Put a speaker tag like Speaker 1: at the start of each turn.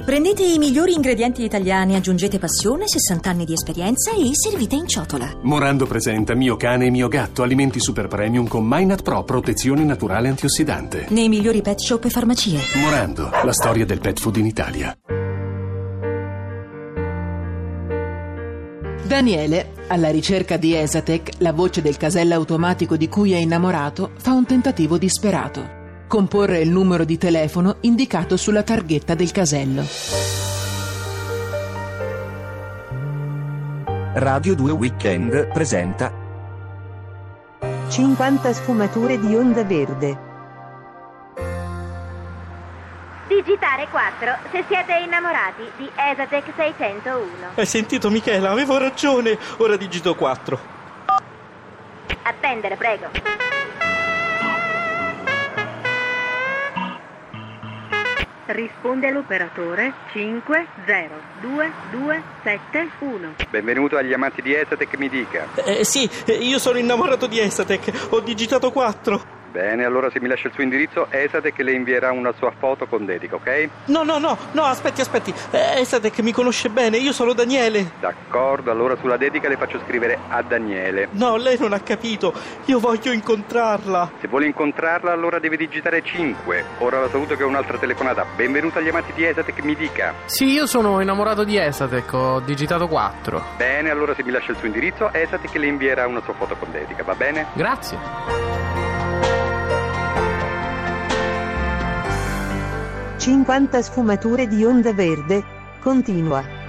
Speaker 1: Prendete i migliori ingredienti italiani, aggiungete passione, 60 anni di esperienza e servite in ciotola.
Speaker 2: Morando presenta Mio cane e mio gatto, alimenti super premium con Minat Pro, protezione naturale antiossidante.
Speaker 1: Nei migliori pet shop e farmacie.
Speaker 2: Morando, la storia del pet food in Italia.
Speaker 3: Daniele, alla ricerca di Esatec, la voce del casello automatico di cui è innamorato, fa un tentativo disperato. Comporre il numero di telefono indicato sulla targhetta del casello.
Speaker 4: Radio 2 Weekend presenta
Speaker 5: 50 sfumature di onda verde.
Speaker 6: Digitare 4 se siete innamorati di Esatec 601.
Speaker 7: Hai sentito Michela? Avevo ragione. Ora digito 4.
Speaker 6: Attendere, prego.
Speaker 8: Risponde l'operatore 502271.
Speaker 9: Benvenuto agli amanti di Esatec, mi dica.
Speaker 7: Eh sì, eh, io sono innamorato di Esatec. Ho digitato 4.
Speaker 9: Bene, allora se mi lascia il suo indirizzo, Esatec le invierà una sua foto con dedica, ok?
Speaker 7: No, no, no, no, aspetti, aspetti. Eh, Esatec mi conosce bene, io sono Daniele.
Speaker 9: D'accordo, allora sulla dedica le faccio scrivere a Daniele.
Speaker 7: No, lei non ha capito. Io voglio incontrarla.
Speaker 9: Se vuole incontrarla, allora deve digitare 5. Ora la saluto che ho un'altra telefonata. Benvenuto agli amanti di Esatec, mi dica.
Speaker 10: Sì, io sono innamorato di Esatec, ho digitato 4.
Speaker 9: Bene, allora se mi lascia il suo indirizzo, Esatec le invierà una sua foto con dedica, va bene?
Speaker 10: Grazie.
Speaker 5: Cinquanta sfumature di onda verde. Continua.